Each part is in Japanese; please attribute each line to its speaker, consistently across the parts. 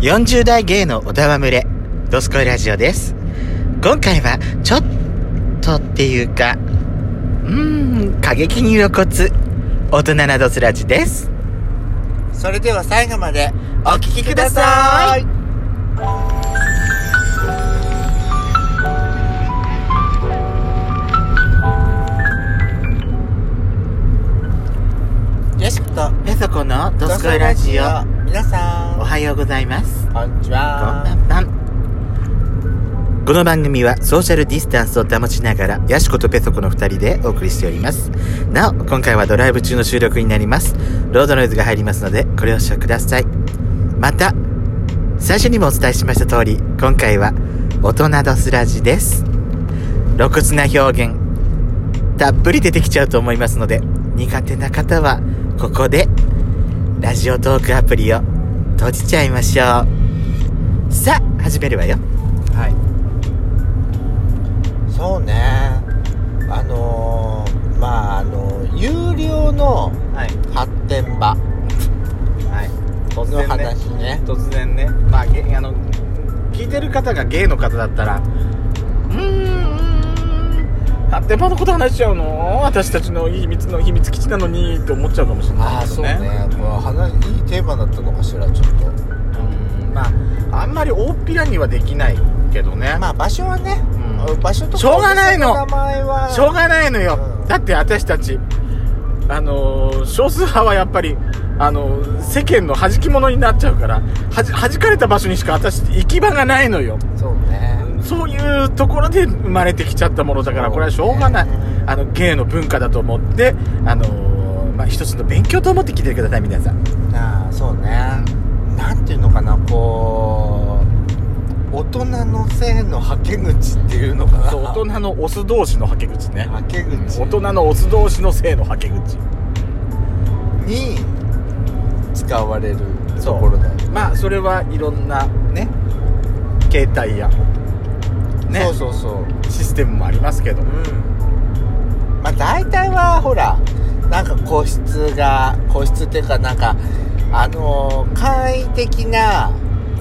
Speaker 1: 40代芸の小田は群れ、ドスコイラジオです。今回は、ちょっとっていうか、うーん、過激に露骨、大人なドスラジです。
Speaker 2: それでは最後まで
Speaker 1: お聞きください。
Speaker 2: よしこと
Speaker 1: ペソコのドスコイラジオ、
Speaker 2: 皆さん
Speaker 1: おはようございます。
Speaker 2: こんに
Speaker 1: こ
Speaker 2: ち
Speaker 1: んばんばんこの番組はソーシャルディスタンスを保ちながらヤシコとペソコの2人でお送りしておりますなお今回はドライブ中の収録になりますロードノイズが入りますのでご了承くださいまた最初にもお伝えしました通り今回は大人ドスラジです露骨な表現たっぷり出てきちゃうと思いますので苦手な方はここでラジオトークアプリを閉じちゃいましょうさあ始めるわよ
Speaker 2: はいそうねあのー、まああの有料の
Speaker 3: はい
Speaker 2: 発展場
Speaker 3: はい突
Speaker 2: の
Speaker 3: 然ね
Speaker 2: 話ね
Speaker 3: 突然ねまあゲあの聞いてる方がゲイの方だったらうーん発展場のこと話しちゃうの私たちの秘密の秘密基地なのにって思っちゃうかもしれ
Speaker 2: あ
Speaker 3: な
Speaker 2: あ
Speaker 3: いけ
Speaker 2: そ
Speaker 3: ど
Speaker 2: う
Speaker 3: ね
Speaker 2: ねこれ話いいテーマだったのかしらちょっと
Speaker 3: うんまああんまり大っぴらにはできないけどね、
Speaker 2: まあ場所はね、
Speaker 3: うん
Speaker 2: 場所とか
Speaker 3: しょうがないの
Speaker 2: お店名前は
Speaker 3: しょうがないのよ、
Speaker 2: うん
Speaker 3: だって私たちあのー少数派はやっぱりあのー世間の弾き者になっちゃうからはじ弾かれた場所にしか私行き場がないのよ
Speaker 2: そうね
Speaker 3: そういうところで生まれてきちゃったものだからこれはしょうがないあの芸の文化だと思ってあのーまあ一つの勉強と思って聞いてください皆さん
Speaker 2: ああそうねなんていうのかなこう大人の性のはけ口っていうのかな
Speaker 3: そう大人のオス同士のはけ口ね
Speaker 2: はけ口
Speaker 3: 大人のオス同士の性のはけ口
Speaker 2: に使われるところだよね
Speaker 3: まあそれはいろんなね携帯やね
Speaker 2: そうそうそう
Speaker 3: システムもありますけど
Speaker 2: うんまあ大体はほらなんか個室が個室っていうかなんかあのー簡易的な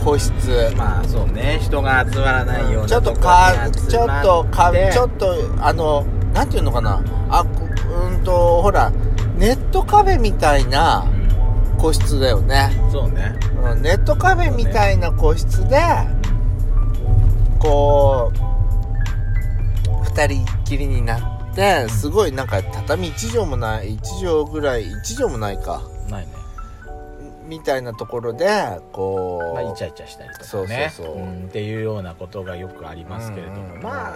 Speaker 2: 個室
Speaker 3: まあそうね人が集まらないような
Speaker 2: ちょっと
Speaker 3: こ
Speaker 2: か
Speaker 3: に集まて
Speaker 2: ちょっとかちょっとあのなんていうのかなあこうんとほらネットカフェみたいな個室だよね、
Speaker 3: うんそうね
Speaker 2: うん、ネットカフェみたいな個室でこう二人っきりになってすごいなんか畳1畳もない1畳ぐらい1畳もないか
Speaker 3: ないね
Speaker 2: みたいなところでこう、
Speaker 3: まあ、イチャイチャしたりとかね
Speaker 2: そうそうそうん
Speaker 3: っていうようなことがよくありますけれども、
Speaker 2: うんうんうん
Speaker 3: まあ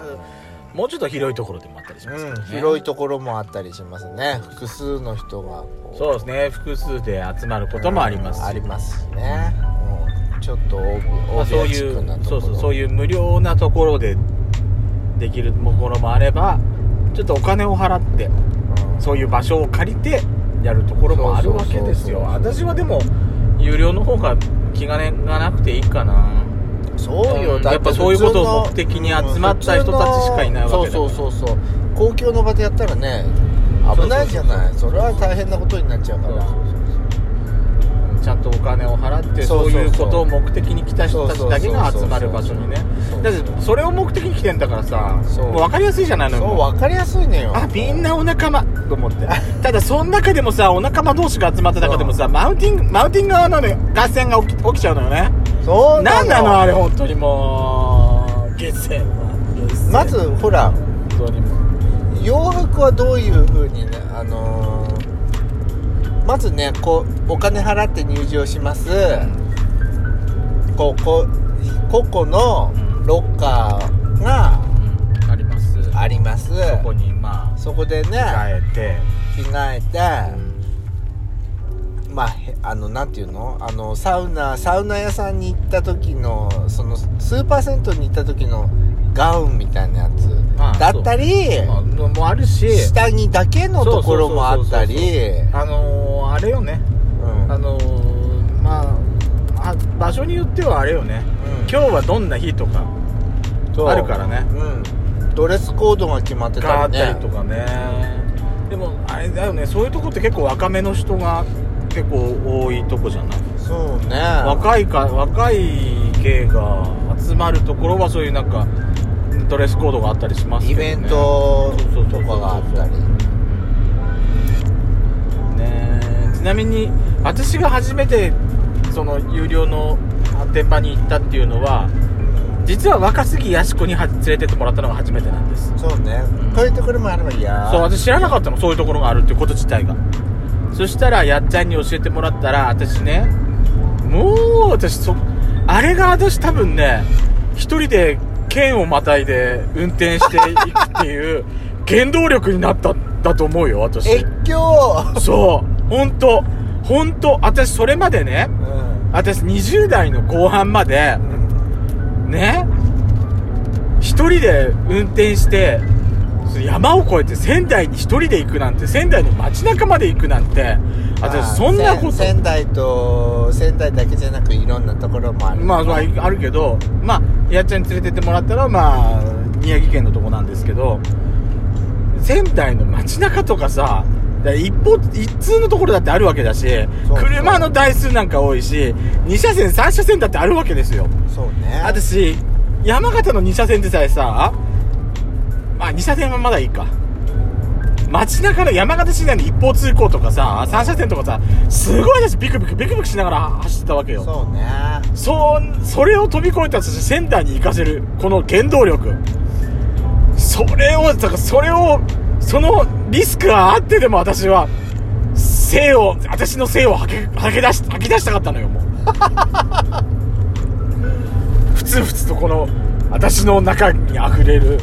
Speaker 3: もうちょっと広いところでもあったりしますけどね、
Speaker 2: 広いところもあったりしますね複数の人がこ
Speaker 3: そうですね複数で集まることもありますし、
Speaker 2: ありますしね、うんちょっと大
Speaker 3: まあ、
Speaker 2: 部
Speaker 3: そう
Speaker 2: 屋チ
Speaker 3: い
Speaker 2: ックな
Speaker 3: う
Speaker 2: と
Speaker 3: そ
Speaker 2: ころ
Speaker 3: うそうそういう無料なところでできるところもあればちょっとお金を払って
Speaker 2: うん
Speaker 3: そういう場所を借りてやるところもあるわけですよ
Speaker 2: そうそうそ
Speaker 3: 私
Speaker 2: う
Speaker 3: はでも有料の方が気兼ねがなくていいかな
Speaker 2: そうよ
Speaker 3: うん
Speaker 2: だて
Speaker 3: やっぱそういうことを目的に集まった人たちしかいないわけだから
Speaker 2: うんそうそうそうそう公共の場でやったらね危ないじゃないそれは大変なことになっちゃうから
Speaker 3: ちゃんとお金を払って
Speaker 2: そ
Speaker 3: そうう
Speaker 2: そうそう
Speaker 3: いうことを目的に来た人たちだけが
Speaker 2: そうそ
Speaker 3: 集
Speaker 2: うそうそう
Speaker 3: まる場所にね
Speaker 2: そう
Speaker 3: だってそれを目的に来てんだからさ
Speaker 2: そう
Speaker 3: もう分かりやすいじゃないの
Speaker 2: そ
Speaker 3: よ
Speaker 2: う分かりやすいのよ
Speaker 3: あみんなお仲間と思 ってただその中でもさお仲間同士が集まった中でもさマウンティングマウンティング側のね合戦が起き起きちゃうのよね
Speaker 2: そう
Speaker 3: なんなのあ
Speaker 2: れ
Speaker 3: れ本当にもう下世話下世話
Speaker 2: まずほら
Speaker 3: 本当にもう
Speaker 2: 洋服はどういうふうにねあのーまずねこうお金払って入場します、こうこう個々のロッカーが
Speaker 3: あります
Speaker 2: あります
Speaker 3: そこにま
Speaker 2: そこで
Speaker 3: あ
Speaker 2: ね
Speaker 3: 変えて、
Speaker 2: 着替えて、まあへあのなんていうのあのサウナサウナ屋さんに行った時のそのスーパー銭湯に行った時のガウンみたいなやつ
Speaker 3: ああ
Speaker 2: だったり
Speaker 3: まあのもあるし
Speaker 2: 下着だけのところもあったり
Speaker 3: そうそうそうそうあのーあれよね
Speaker 2: うん
Speaker 3: あのーまああ場所によってはあれよね
Speaker 2: うん
Speaker 3: 今日はどんな日とか
Speaker 2: そう
Speaker 3: あるからね
Speaker 2: うんドレスコードが決まって
Speaker 3: があっ
Speaker 2: たり
Speaker 3: た
Speaker 2: ね
Speaker 3: りとかねでもあれだよねそういうとこって結構若めの人が結構多いとこじゃない
Speaker 2: そうね
Speaker 3: 若いか若い系が集まるところはそういうなんかドレスコードがあったりしますけ
Speaker 2: イ
Speaker 3: ど、ね、
Speaker 2: ベントとかがあったり
Speaker 3: ねえちなみに私が初めてその有料の発展場に行ったっていうのは実は若杉やし子には連れてってもらったのが初めてなんです
Speaker 2: そうね
Speaker 3: うん
Speaker 2: こういうところもあればいや
Speaker 3: そう私知らなかったのそういうところがあるっていうこと自体がそしたらやっちゃんに教えてもらったら私ねもう私そあれが私多分ね一人で県をまたいで運転していくっていう原動力になったんだと思うよ私
Speaker 2: 越境
Speaker 3: そう本当本当私それまでね
Speaker 2: うん
Speaker 3: 私20代の後半までね一人で運転してその山を越えて仙台に一人で行くなんて仙台の街中まで行くなんて私そんなこ
Speaker 2: ま
Speaker 3: と
Speaker 2: あ仙仙台と仙台だけじゃなくいろんなところもある
Speaker 3: まあまああるけどまあやっちゃんに連れてってもらったらまあ宮城県のとこなんですけど仙台の街中とかさだから一方一通のところだってあるわけだし
Speaker 2: そう
Speaker 3: 車の台数なんか多いし2車線3車線だってあるわけですよ
Speaker 2: そうね
Speaker 3: 私山形の2車線でさえさまあ2車線はまだいいか街中の山形市内の一方通行とかさ3車線とかさすごいですビクビクビクビクしながら走ってたわけよ
Speaker 2: そうね
Speaker 3: そうそれを飛び越えた私センターに行かせるこの原動力それをだからそれをそのリスクがあってでも私は性を私の性を吐け吐け出し吐き出したかったのよもう ふつふつとこの私の中にあふれる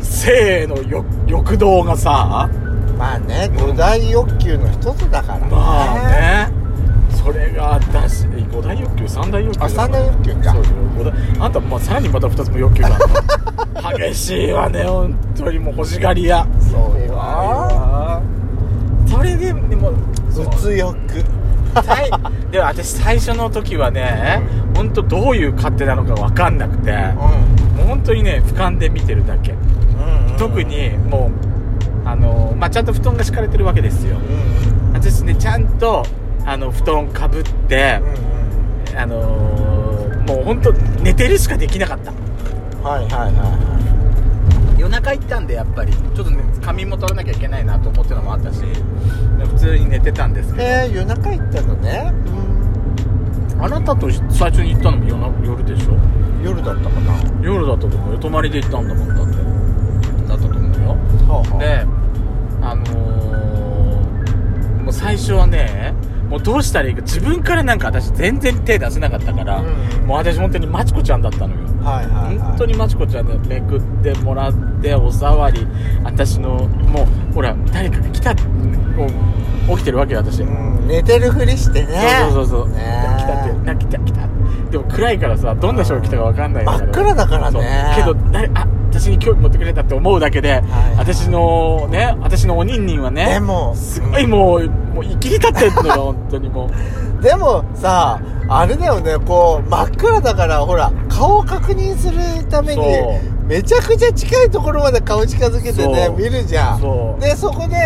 Speaker 3: 性への欲欲動がさ
Speaker 2: まあね五大欲求の一つだからね
Speaker 3: まあねそれが私5大欲求三大欲求
Speaker 2: あ
Speaker 3: だから
Speaker 2: 三大欲求か
Speaker 3: そうよ五大あんた、まあ、さらにまた2つも欲求があ るの激しいわね本当にもう欲しがり屋
Speaker 2: そう
Speaker 3: う
Speaker 2: よ
Speaker 3: わそれででもそう
Speaker 2: 物欲
Speaker 3: 最でも私最初の時はね本当どういう勝手なのか分かんなくて
Speaker 2: う
Speaker 3: もう本当にね俯瞰で見てるだけ
Speaker 2: んうん
Speaker 3: 特にもうあの、まあ、ちゃんと布団が敷かれてるわけですよ
Speaker 2: うん
Speaker 3: 私ねちゃんとあの布団かぶって
Speaker 2: う、ん
Speaker 3: あのーもう本当寝てるしかできなかった
Speaker 2: うんはいはいはいは
Speaker 3: 夜中行ったんでやっぱりちょっとね仮眠も取らなきゃいけないなと思ってのもあったし普通に寝てたんです
Speaker 2: いえー夜中行ったのね
Speaker 3: あなたと最初に行ったのも夜な夜でしょ
Speaker 2: 夜だったかな
Speaker 3: 夜だったと思うよ泊まりで行ったんだもんだってだったと思うよ
Speaker 2: はあはあ
Speaker 3: であのーもう最初はねもうどうしたらいいか自分からなんか私全然手出せなかったから、
Speaker 2: うん
Speaker 3: もう私本当にマチコちゃんだったのよ
Speaker 2: はいはいはい
Speaker 3: 本当にマチコちゃんでめくってもらっておさわり私のもうほら誰かが来たもう起きてるわけよ私、
Speaker 2: うん寝てるふりしてね
Speaker 3: そうそうそうそう、
Speaker 2: ね
Speaker 3: 来たってな来た来たでも暗いからさどんな人が来たかわかんないから
Speaker 2: 真っ暗だからね
Speaker 3: そうけど誰あ私に興味持ってくれたって思うだけで、
Speaker 2: い
Speaker 3: 私のね私のおにんにんはね
Speaker 2: でも
Speaker 3: すごいもうもう生きり立ってんのよ本当に もう
Speaker 2: でもさあれだよねこう真っ暗だからほら顔を確認するために
Speaker 3: そう
Speaker 2: めちゃくちゃ近いところまで顔近づけてね
Speaker 3: そう
Speaker 2: 見るじゃん
Speaker 3: そう
Speaker 2: でそこで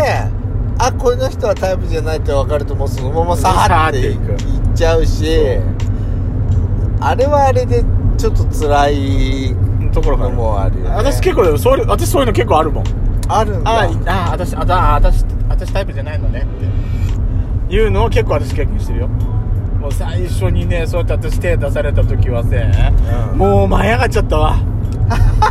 Speaker 2: あこの人はタイプじゃないって分かるともうそのままさーってい
Speaker 3: さーっていく
Speaker 2: 行っちゃうしあれはあれでちょっと辛い
Speaker 3: ところがあ
Speaker 2: のもあるよね
Speaker 3: 私結構そういう私そういうの結構あるもん
Speaker 2: あるんだ
Speaker 3: あああ私ああ私私タイプじゃないのねっていうのを結構私経験してるよもう最初にねそうやって私手出された時はさ、
Speaker 2: うん
Speaker 3: もう舞い上がっちゃったわ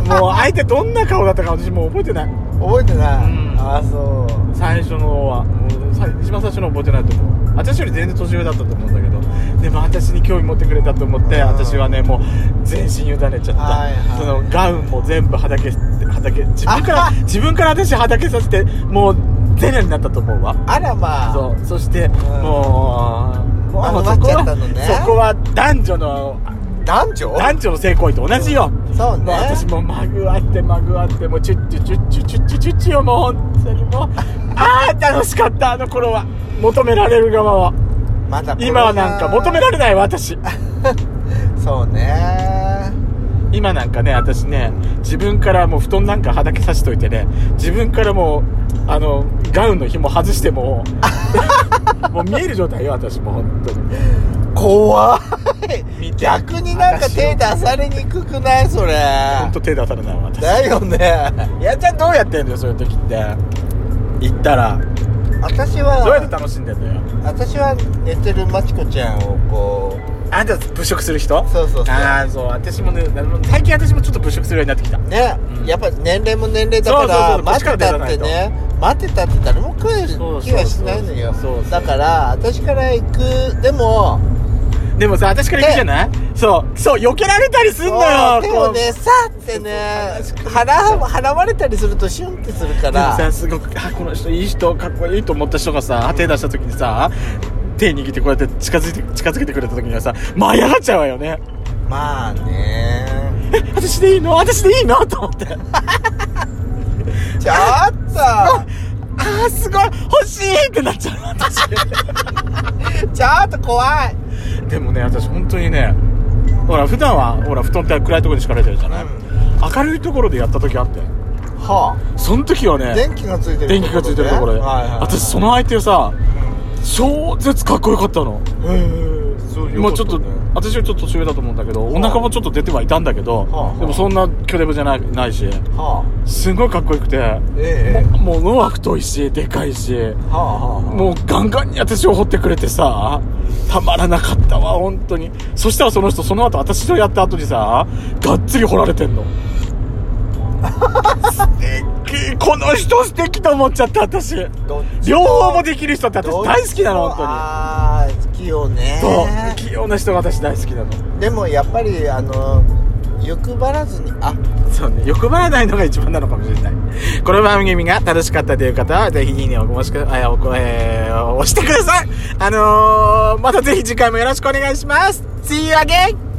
Speaker 3: もう相手どんな顔だったか私もう覚えてない
Speaker 2: 覚えてない、
Speaker 3: うん
Speaker 2: ああそう
Speaker 3: 最初のはもうさ一番最初の覚えてないと思う私より全然年上だったと思うんだけどでも私に興味持ってくれたと思って
Speaker 2: うん
Speaker 3: 私はねもう全身委ねちゃった、
Speaker 2: はいはい
Speaker 3: そのガウンも全部はだけはだけ自分から 自分から私はだけさせてもうゼロになったと思うわ
Speaker 2: あらまあ
Speaker 3: そうそして、
Speaker 2: ん
Speaker 3: もうもう
Speaker 2: あ
Speaker 3: そこ
Speaker 2: 終わっちゃったのね
Speaker 3: はそこは男女の
Speaker 2: 男女
Speaker 3: 男女の性行為と同じよ
Speaker 2: そうね
Speaker 3: もう私もうまぐわってまぐわってもうチュッチュチュッチュチュッチュチュッチュよもう本当にもうああ楽しかったあの頃は求められる側は
Speaker 2: まだ
Speaker 3: 今はなんか求められない私
Speaker 2: そうね
Speaker 3: 今なんかね私ね自分からもう布団なんかはだけさしといてね自分からもうあの ガウンの紐外してももう見える状態よ私も本当に
Speaker 2: 言怖い
Speaker 3: 見て
Speaker 2: 逆になんか手出されにくくないそれ
Speaker 3: 本当手出されないわ私
Speaker 2: だよね
Speaker 3: やっちゃんどうやってんのよそういう時って行ったら
Speaker 2: 私
Speaker 3: どうやって
Speaker 2: は
Speaker 3: 楽しんでんのよ
Speaker 2: 私は寝てるまちこちゃんをこ
Speaker 3: あんた物色する人
Speaker 2: そうそうそう
Speaker 3: ああそう私もねあの最近私もちょっと物色するようになってきた
Speaker 2: うね、
Speaker 3: うん
Speaker 2: やっぱ年齢も年齢だか
Speaker 3: そうそうそ
Speaker 2: ら
Speaker 3: う
Speaker 2: 待ってたっ
Speaker 3: こ
Speaker 2: て
Speaker 3: っちから
Speaker 2: ね待ってたって誰も来
Speaker 3: そ
Speaker 2: る
Speaker 3: う
Speaker 2: 気はしないのよ
Speaker 3: そうそうそう
Speaker 2: だから私から行くでも
Speaker 3: でもさ私から行くじゃないそうそう避けられたりすんのよ
Speaker 2: 手
Speaker 3: こ
Speaker 2: を
Speaker 3: う
Speaker 2: ねさってね払わ払われたりするとシュンってするか
Speaker 3: でもさ
Speaker 2: ら
Speaker 3: すごくあこの人いい人かっこいいと思った人がさ手出した時にさ手握ってこうやって近づいて近づけてくれた時にはさ舞い上がっちゃうわよね
Speaker 2: まあね
Speaker 3: え私でいいの私でいいのと思って
Speaker 2: ちょっ と
Speaker 3: ああすごい欲しいってなっちゃう私
Speaker 2: ちょっと怖い
Speaker 3: でもね私本当にねほら普段はほら布団って暗いところに敷かれてるじゃない、明るいところでやった時あって
Speaker 2: は
Speaker 3: その時は
Speaker 2: あ
Speaker 3: ね
Speaker 2: 電気がついてる
Speaker 3: 電気がついてるところで、
Speaker 2: はいはいはい
Speaker 3: 私その相手さ超絶かっこよかったの
Speaker 2: へえそう
Speaker 3: まあちょっと、私よりちょっと年上だと思うんだけど、お腹もちょっと出てはいたんだけど、
Speaker 2: はあ
Speaker 3: でもそんな巨デブじゃないないし、
Speaker 2: はあ
Speaker 3: すごいかっこよくて、
Speaker 2: ええ
Speaker 3: もう物は太いし、でかいし、
Speaker 2: はあはあ
Speaker 3: もうガンガンに私を掘ってくれてさ、たまらなかったわ、本当に。そしたらその人、その後、私とやった後にさ、がっつり掘られてん の。素敵この人素敵と思っちゃった、私。
Speaker 2: どっち
Speaker 3: 両方もできる人って私大好きなの、本当に。
Speaker 2: ああ好きよね
Speaker 3: そう器用な人が私大好きなの
Speaker 2: でもやっぱりあの欲張らずにあ
Speaker 3: そうね欲張らないのが一番なのかもしれない この番組が楽しかったという方はぜひいいねをおしくあおこえー押してくださいあのー、またぜひ次回もよろしくお願いします See you again!